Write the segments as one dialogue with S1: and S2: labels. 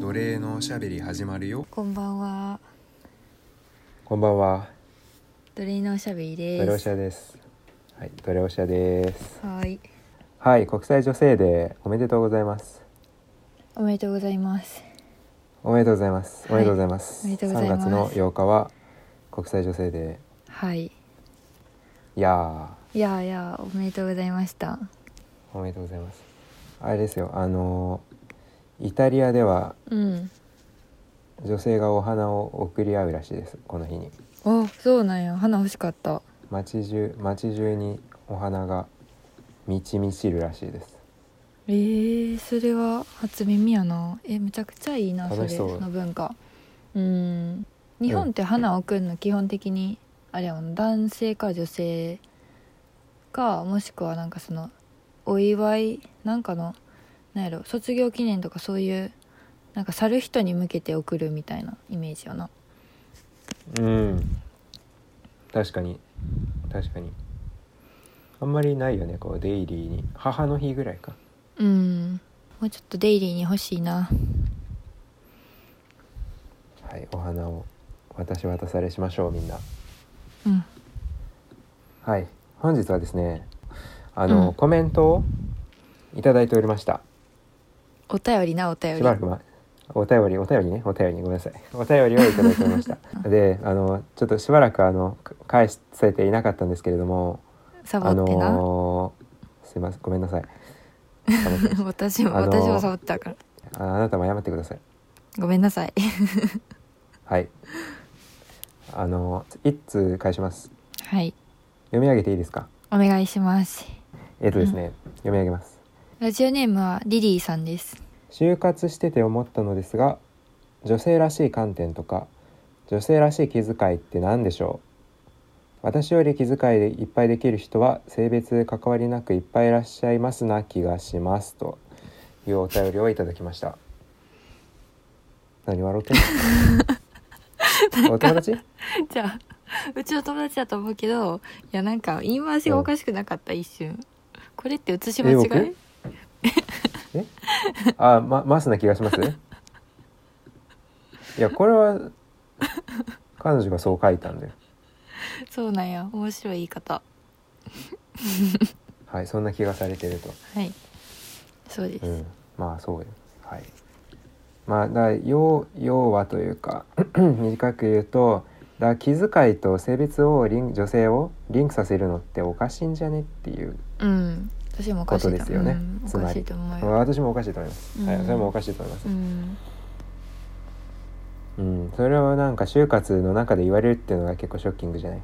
S1: 奴隷のおしゃべり始まるよ
S2: こんばんは。
S1: こんばんは
S2: 奴隷のおしゃべり
S1: ドレ
S2: で
S1: オシ
S2: す。
S1: ャですはいドレオシャです
S2: はい、
S1: はい国際女性デーおめでとうございます
S2: おめでとうございます。
S1: おめでとうございますおめでとうございます、
S2: おめでとうございます
S1: 3月の8日は国際女性デ
S2: はい、
S1: ーいやー
S2: いやーいやー、おめでとうございました。
S1: おめでとうございますあれですよあのーイタリアでは
S2: うん、
S1: 女性がお花を贈り合うらしいですこの日に
S2: あ、そうなんや、花欲しかった。
S1: 街中街中にお花が満ち満ちるらしいです
S2: えー、それは初耳やな。え、めちゃくちゃいいな、それ、
S1: 楽しそう
S2: その文化。うん、日本って花を送るの基本的に、あれやもん、男性か女性。か、もしくはなんかその、お祝い、なんかの、なんやろ、卒業記念とか、そういう。なんか去る人に向けて送るみたいなイメージやな。
S1: うん確かに確かにあんまりないよねこうデイリーに母の日ぐらいか
S2: うん。もうちょっとデイリーに欲しいな。
S1: はいお花を私渡されしましょうみんな
S2: うん。
S1: はい本日はですねあの、
S2: うん
S1: コメントをいただいておりました
S2: お便りな、お
S1: し
S2: 便り。
S1: ばらくまお便りお便りねお便りごめんなさい お便りをいただいておりました であのちょっとしばらくあのか返せていなかったんですけれども
S2: サボ
S1: あ
S2: ってな。
S1: のーすいませんごめんなさいあの
S2: 私も、
S1: あのー
S2: 私もサボってたから。
S1: ああなたも謝ってください
S2: ごめんなさい。
S1: はいあの一通返します
S2: はい。
S1: 読み上げていいですか
S2: お願いします。
S1: えっ、とですね、読み上げます
S2: ラジオネームはリリーさんです。
S1: 就活してて思ったのですが女性らしい観点とか女性らしい気遣いって何でしょう私より気遣いでいっぱいできる人は性別で関わりなくいっぱいいらっしゃいますな気がしますというお便りをいただきました何笑ってんのお友達
S2: じゃあ、うちの友達だと思うけど、いや、なんか、言い回しがおかしくなかった、一瞬。これって写し間違い
S1: えあまマスな気がし ますいやこれは彼女がそう書いたんで
S2: そうなんや。面白い言い方。
S1: はいそんな気がされてると
S2: はい。そうです。
S1: うん、まあそうよはいまあだから要要はというか 短く言うとだから気遣いと性別をリン女性をリンクさせるのっておかしいんじゃねっていう、
S2: うん。私もおかしいと思う
S1: ことですよね
S2: うんお
S1: つま
S2: か
S1: り
S2: しいと思うよ。
S1: 私もおかしいと思います、はい、
S2: うん
S1: それもおかしいと思います
S2: う、ん。
S1: うん、それはなんか就活の中で言われるっていうのが結構ショッキングじゃない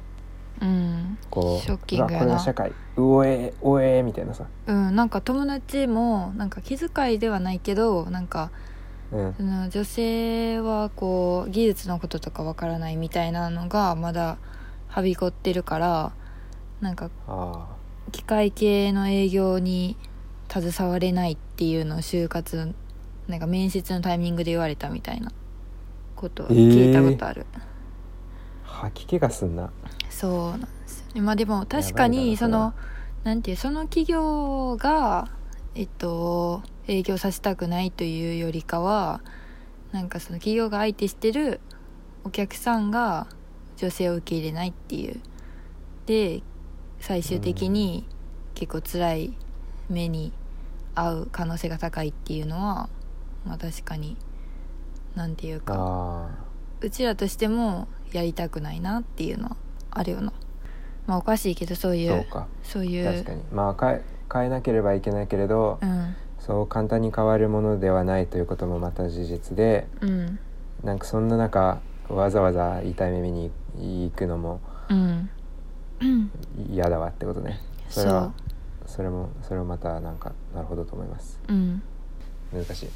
S2: うん。
S1: こう
S2: ショッキングやな
S1: うわこれが社会うおえおえみたいなさ、
S2: うん、なんか友達もなんか気遣いではないけどなんか
S1: うん、
S2: その女性はこう技術のこととかわからないみたいなのがまだはびこってるからなんか
S1: あ
S2: 機械系の営業に携われないっていうのを就活なんか面接のタイミングで言われたみたいなことを聞いたことある、
S1: ー吐き気がすんな
S2: そうなんですよねまあでも確かにそのなんていうその企業がえっと営業させたくないというよりかはなんかその企業が相手してるお客さんが女性を受け入れないっていうで最終的に結構辛い目に遭う可能性が高いっていうのはまあ確かになんていうか
S1: あー
S2: うちらとしてもやりたくないなっていうのはあるよなまあおかしいけどそうい
S1: そう
S2: う
S1: か
S2: そういう
S1: 確かにまあ変え変えなければいけないけれど、
S2: うん
S1: そう簡単に変わるものではないということもまた事実で
S2: うん
S1: なんかそんな中わざわざ痛い目に行くのも
S2: うんうん
S1: 嫌だわってことねそれ
S2: そ
S1: はそれもそれもまたなんかなるほどと思います
S2: ううん
S1: 難しい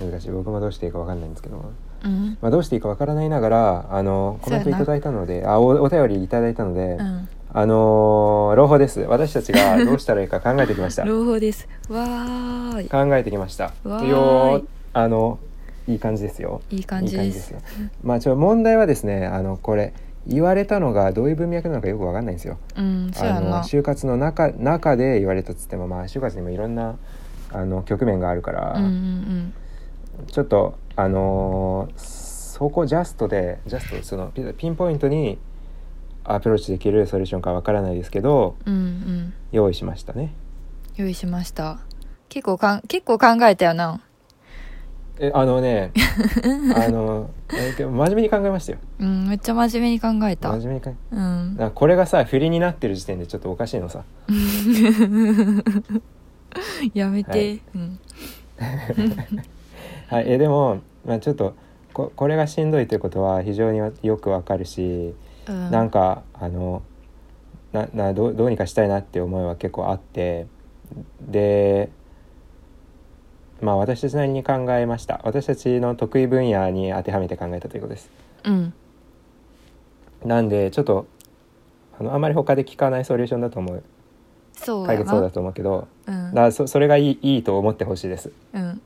S2: うん
S1: 難しい僕もどうしていいかわかんないんですけども、
S2: うん
S1: まあ、どうしていいかわからないながらあのコメント
S2: そう
S1: い
S2: やな
S1: ただいたのであおお便りいただいたので、
S2: うん
S1: あのー朗報です私たちがどうしたらいいか考えてきました
S2: 朗報ですわーい
S1: 考えてきました。
S2: わーい
S1: よーあのいい感じですよ。
S2: いい感
S1: いい
S2: じで
S1: 感じですすよ。まあちょ問題はですねあのこれ言われたのがどういう文脈なのかよくわかんないんですよ。
S2: うんそう
S1: あ
S2: や
S1: の
S2: な
S1: 就活の中中で言われたっつってもまあ就活にもいろんなあの局面があるから、
S2: うんうん
S1: ちょっとあのーそこジャストでジャストそのピピンポイントにアプローチできるソリューションかわからないですけど
S2: うんうんうん
S1: 用意しましたね。
S2: 用意しました結構かん結構考えたよな
S1: えあのねあのえでも真面目に考えましたよ
S2: うんめっちゃ真面目に考えた
S1: 真面目に考え
S2: うん
S1: なんかこれがさ振りになってる時点でちょっとおかしいのさ
S2: やめて、
S1: はい
S2: うん
S1: はいえでも、まあ、ちょっとここれがしんどいということは非常によくわかるし、
S2: うん
S1: なんかあのななどうどうにかしたいなって思いは結構あってでまあ私たちなりに考えました私たちの得意分野に当てはめて考えたということです
S2: うん
S1: なんでちょっとあのあんまり他で聞かないソリューションだと思う
S2: そう
S1: 解
S2: や
S1: 決そう
S2: な
S1: だと思うけど
S2: うん
S1: だそそれがいいいいと思ってほしいです
S2: うん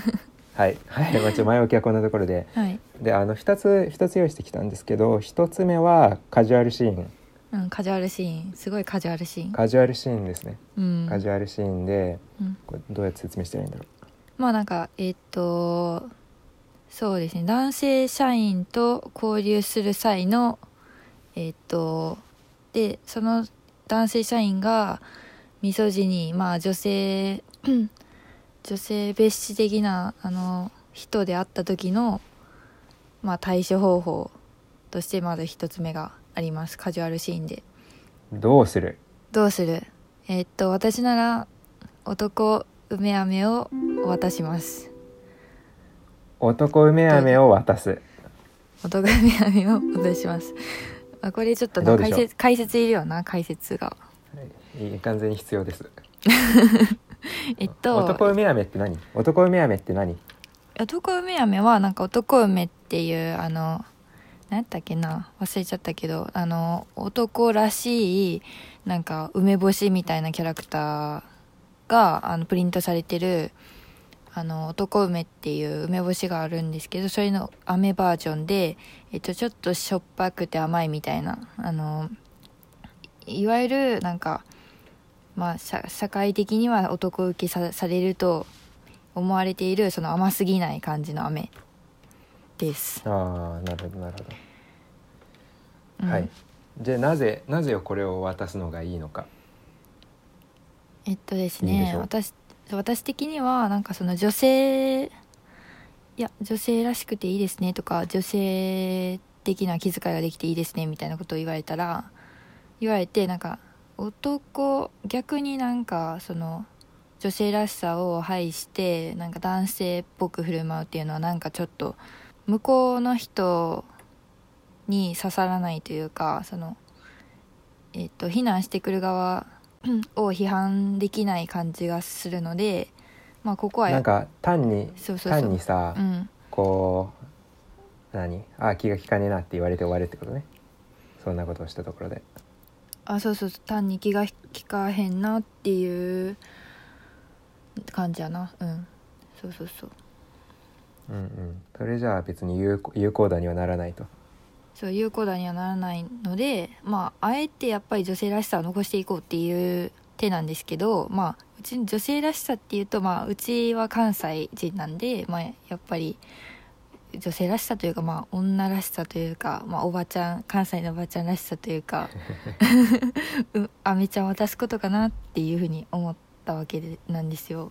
S1: はい、はいまあ、ちょ前置きはこんなところで
S2: はい、
S1: であの2つ二つ用意してきたんですけど1つ目はカジュアルシーン
S2: うん、カジュアルシーンすごいカジュアルシーン
S1: カジュアルシーンですね
S2: うん
S1: カジュアルシーンで
S2: うん
S1: これどうやって説明してないいんだろ
S2: まあなんかえっとそうですね男性社員と交流する際のえっとでその男性社員がミソジニーまあ女性 女性蔑視的なあの人であった時の、まあ、対処方法としてまず一つ目がありますカジュアルシーンで。
S1: うどうする
S2: どうするえーっと私なら男梅飴をお渡します
S1: 男梅飴を渡す
S2: 男梅飴をお渡しますあこれちょっと
S1: ど
S2: な
S1: うでし
S2: 解
S1: ょう
S2: 説解説いるよな解説が
S1: いい完全に必要です
S2: えっと
S1: 男梅飴って何男梅飴って何
S2: 男梅飴はなんか男梅っていうあの何やったっけな忘れちゃったけどあの男らしいなんか梅干しみたいなキャラクターがあのプリントされてるあの男梅っていう梅干しがあるんですけどそれの飴バージョンで、えっと、ちょっとしょっぱくて甘いみたいなあのいいわゆるなんか、まあ、社社会的には男受けさされると思われているその甘すぎない感じの飴です、
S1: ああなるほどなるほど、
S2: うん
S1: はいじゃあなぜなぜこれを渡すのがいいのか
S2: えっとです
S1: いいんで
S2: ね
S1: しょう
S2: 私私的にはなんかその女性いや女性らしくていいですねとか女性的な気遣いができていいですねみたいなことを言われたら言われてなんか男逆になんかその女性らしさを排してなんか男性っぽく振る舞うっていうのはなんかちょっと向こうの人に刺さらないというかその、えっと非難してくる側 うんを批判できない感じがするのでまあここは
S1: なんか単に
S2: そうそうそう
S1: 単にさ、
S2: うん、
S1: こう何あ気が利かねえなって言われて終わるってことねそんなことをしたところで
S2: あそうそうそう単に気が利かへんなっていう感じやなうんそうそうそう
S1: うんうんそれじゃあ別に有効有効打にはならないと
S2: そう有効打にはならないのでまああえてやっぱり女性らしさを残していこうっていう手なんですけどまあうち女性らしさっていうとまあうちは関西人なんでまあやっぱり女性らしさというかまあ女らしさというかまあおばちゃん関西のおばちゃんらしさとい うか うあめちゃんを渡すことかなっていうふうに思ったわけでなんですよ。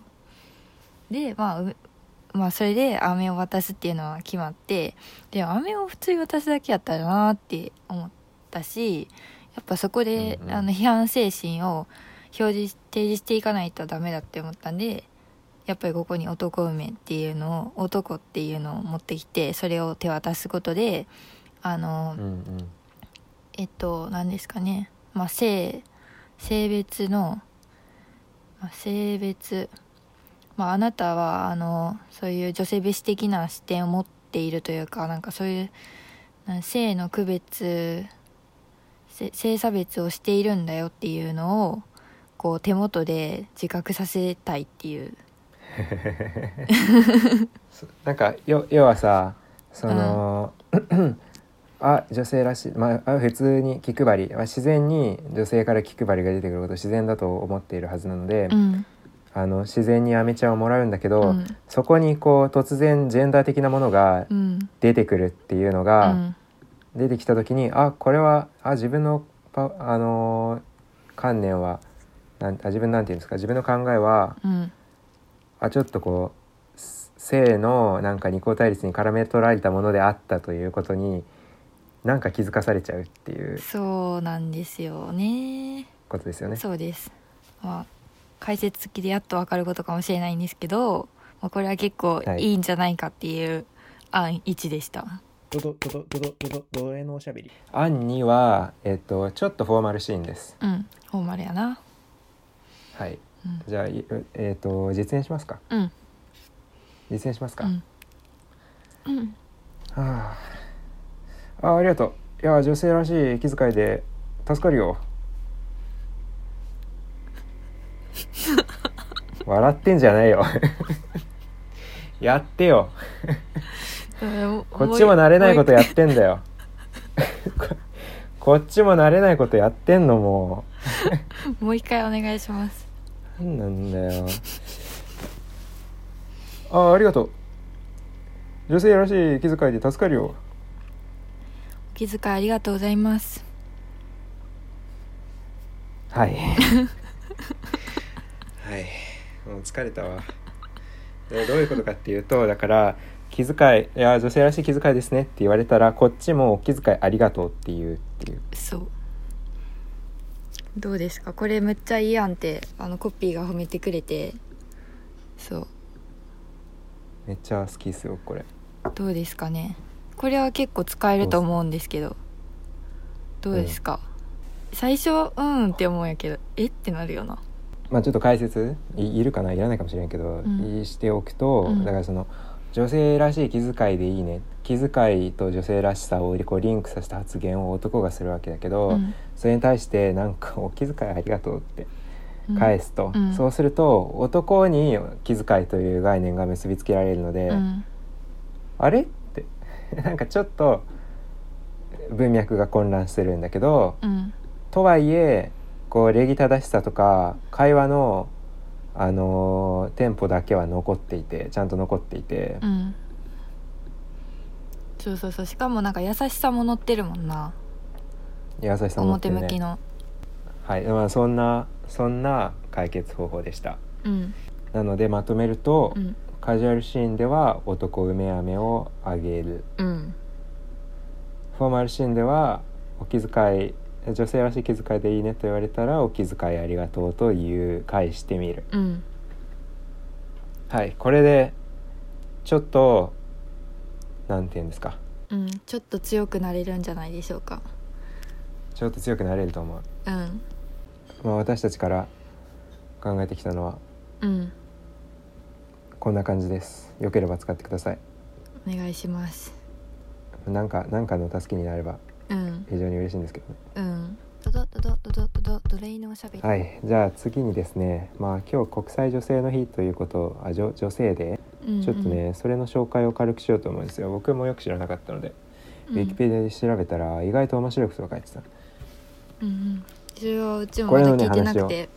S2: でまあうまあそれで飴を渡すっていうのは決まってで飴を普通に渡すだけやったらなって思ったしやっぱそこで、
S1: うんうん
S2: あの批判精神を表示提示していかないとダメだって思ったんでやっぱりここに男梅っていうのを男っていうのを持ってきてそれを手渡すことであの、
S1: うんうん
S2: えっと何ですかね、まあ、性性別のまあ性別、まあ、あなたはあのそういう女性蔑視的な視点を持っているというかなんかそういうなん性の区別せ性差別をしているんだよっていうのをこう手元で自覚させたいっていう。
S1: そなんかよ要はさその、 あ女性らしい、まああ、普通に気配り、まあ、自然に女性から気配りが出てくること自然だと思っているはずなので、
S2: うん、
S1: あの自然にアメちゃんをもらうんだけど、
S2: うん
S1: そこにこう突然ジェンダー的なものが
S2: うん
S1: 出てくるっていうの
S2: う
S1: が、
S2: ん
S1: 出てきた時にあこれはあ自分のパあのー観念はなんあ自分なんていうんですか自分の考えは
S2: うん
S1: あちょっとこうす性のなんか二項対立に絡め取られたものであったということになんか気づかされちゃうっていう
S2: そうなんですよね
S1: ことですよね。
S2: そうです、まあ、解説付きでやっと分かることかもしれないんですけど、まあ、これは結構
S1: はい
S2: いいんじゃないかっていう案1でした、
S1: ドドドドドドドドへのおしゃべり。アンにはえっとちょっとフォーマルシーンです。
S2: うんフォーマルやな
S1: はい。
S2: うん
S1: じゃあいえっと実演しますか。
S2: うん
S1: 実演しますか。
S2: うんうん
S1: はあ、あありがとういや女性らしい気遣いで助かる よ笑ってんじゃないよ やってよこっちも慣れないことやってんだよ ここっちも慣れないことやってんのも
S2: もう一回お願いします
S1: うなんなんだよああありがとう女性らしい気遣いで助かるよ
S2: お気遣いありがとうございます
S1: はいはいもう疲れたわでどういうことかっていうとだから気遣い「いや女性らしい気遣いですね」って言われたらこっちも「お気遣いありがとう」っていうっていう
S2: そうどうですかこれむっちゃいい案ってあのコピーが褒めてくれてそう
S1: めっちゃ好きですよこれ
S2: どうですかねこれは結構使えると思うんですけどどうですか、最初うんって思うんやけどえってなるよな
S1: まあちょっと解説いいるかないらないかもしれんけど、
S2: ん
S1: いしておくと、
S2: うん
S1: だからその女性らしい気遣いでいいね気遣いと女性らしさをこうリンクさせた発言を男がするわけだけど、
S2: うん
S1: それに対してなんか「お気遣いありがとう」って返すと、
S2: うん
S1: そうすると男に気遣いという概念が結びつけられるので、
S2: うん
S1: あれって なんかちょっと文脈が混乱してるんだけど、
S2: うん
S1: とはいえこう礼儀正しさとか会話の、あのーテンポだけは残っていてちゃんと残っていて、
S2: うんそうそうそうしかもなんか優しさも乗ってるもんな
S1: 優しさも持って
S2: 表
S1: るね
S2: 向きの
S1: はいまあ、そんなそんな解決方法でした。
S2: うん
S1: なのでまとめると、
S2: うん
S1: カジュアルシーンでは男梅飴をあげる
S2: うん
S1: フォーマルシーンではお気遣い女性らしい気遣いでいいねと言われたらお気遣いありがとうという返してみる
S2: うん
S1: はいこれでちょっとなんて言うんですか
S2: うんちょっと強くなれるんじゃないでしょうか
S1: ちょっと強くなれると思う、
S2: うん
S1: まあ、私たちから考えてきたのは
S2: うん
S1: こんな感じですよければ使ってください
S2: お願いします
S1: なんかなんかの助けになれば
S2: うん
S1: 非常に嬉しいんですけどね
S2: うんドドドドドドドドレイのおしゃべり
S1: はいじゃあ次にですねまあ今日国際女性の日ということあ女女性で
S2: うんうん
S1: ちょっとね、それの紹介を軽くしようと思うんですよ僕もよく知らなかったので、
S2: うん
S1: ウィキペディアで調べたら意外と面白いことが書いてた、
S2: うんうんそれはうちも
S1: こ
S2: ま
S1: れ
S2: だ
S1: のね
S2: 聞いてなくて、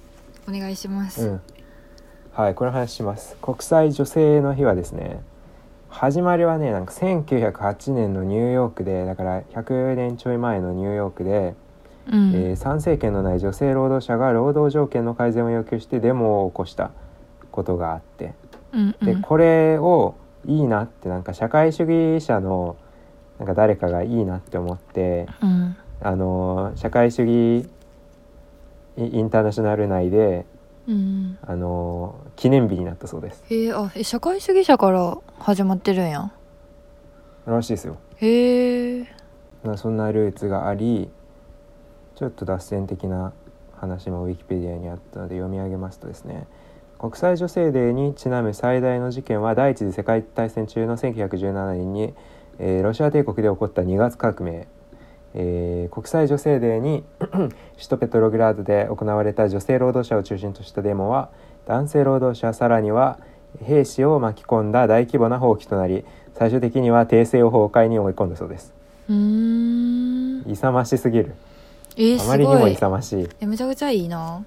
S2: お願いします、
S1: うん、はいこの話します国際女性の日はですね始まりはねなんか1908年のニューヨークでだから100年ちょい前のニューヨークで、
S2: うん
S1: えー参政権のない女性労働者が労働条件の改善を要求してデモを起こしたことがあって
S2: うんう
S1: で
S2: ん
S1: これをいいなってなんか社会主義者のなんか誰かがいいなって思って
S2: うん
S1: あの社会主義イインターナショナル内で
S2: うん
S1: あの記念日になったそうです
S2: えー、あえ社会主義者から始まってるんや
S1: らしいですよ
S2: へえ
S1: なそんなルーツがありちょっと脱線的な話もウィキペディアにあったので読み上げますとですね国際女性デーにちなむ最大の事件は第一次世界大戦中の1917年に、えーロシア帝国で起こった2月革命、えー国際女性デーに 首都ペトログラードで行われた女性労働者を中心としたデモは男性労働者さらには兵士を巻き込んだ大規模な放棄となり最終的には帝政を崩壊に追い込んだそうです。
S2: うーん
S1: 勇ましすぎる
S2: えー、
S1: あ
S2: す
S1: まりに
S2: ご
S1: も
S2: い
S1: 勇ましい
S2: えめちゃくちゃいいな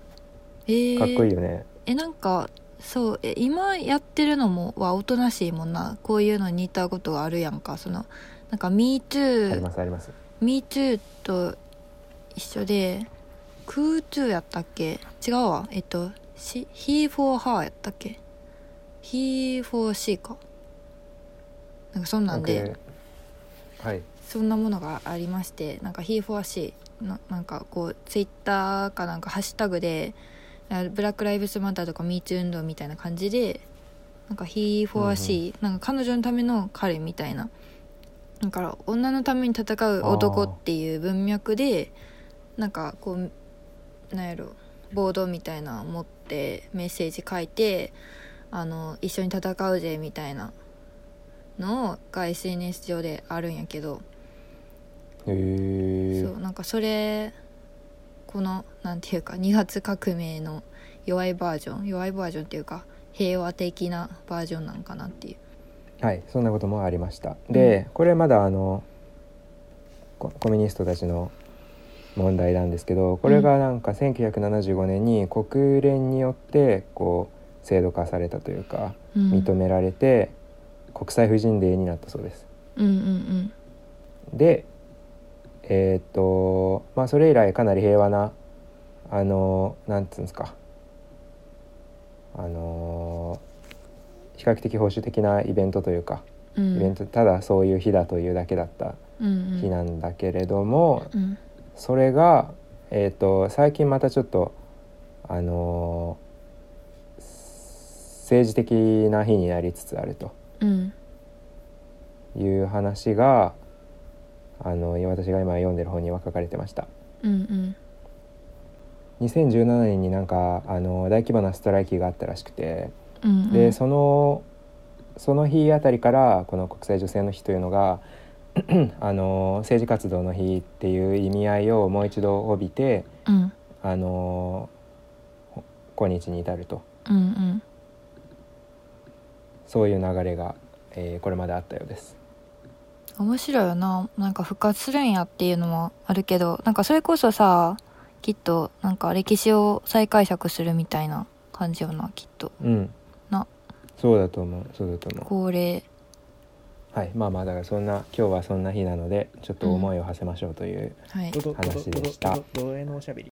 S2: えー、
S1: かっこいいよね、
S2: えなんかそうえ今やってるのもはおとなしいもんなこういうのに似たことがあるやんかそのなんか「
S1: あり
S2: MeToo
S1: ますあります
S2: MeToo と一緒で「CooToo」やったっけ違うわえっと「し He for Her」やったっけ「He for She」かなんかそんなんで
S1: なんかはい
S2: そんなものがありましてなんか「He for She」のなんかこうツイッターかなんかハッシュタグで「あブラック・ライブスマター」とか「MeToo 運動」みたいな感じで「なんか He for She、なんか彼女のための彼みたいなだから女のために戦う男っていう文脈でなんかこうなんやろボードみたいなのを持ってメッセージ書いてあの一緒に戦うぜみたいなのが SNS 上であるんやけど、
S1: へえ
S2: そうなんかそれこのなんていうか2月革命の弱いバージョン弱いバージョンっていうか平和的なバージョンなんかなっていう
S1: はいそんなこともありましたで、これまだあのココミュニストたちの問題なんですけどこれがなんか1975年に国連によってこう制度化されたというか
S2: うん
S1: 認められて国際婦人デーになったそうです。
S2: うんうん
S1: でえーっとまあそれ以来かなり平和なあのなんつうんですかあの比較的保守的なイベントというか
S2: うんうん
S1: イベントただそういう日だというだけだった
S2: うんうん
S1: 日なんだけれども、
S2: うん
S1: それが、えー、と最近またちょっとあのー政治的な日になりつつあると
S2: うん
S1: いう話があの私が今読んでる本には書かれてました。
S2: うんうん
S1: 2017年になんかあの大規模なストライキがあったらしくて
S2: うんうん
S1: でそのその日あたりからこの国際女性の日というのが あの政治活動の日っていう意味合いをもう一度帯びて
S2: うん
S1: あのほ今日に至ると
S2: うんうん
S1: そういう流れが、えーこれまであったようです。
S2: 面白いよななんか復活するんやっていうのもあるけどなんかそれこそさきっとなんか歴史を再解釈するみたいな感じよなきっと
S1: うん、
S2: な
S1: そうだと思うそうだと思
S2: 恒例
S1: う。はいまあまあだからそんな今日はそんな日なのでちょっと思いを馳せましょうという
S2: はい
S3: ドドドド
S1: 話でした
S3: ドドドドドドドドドドドドのおしゃべり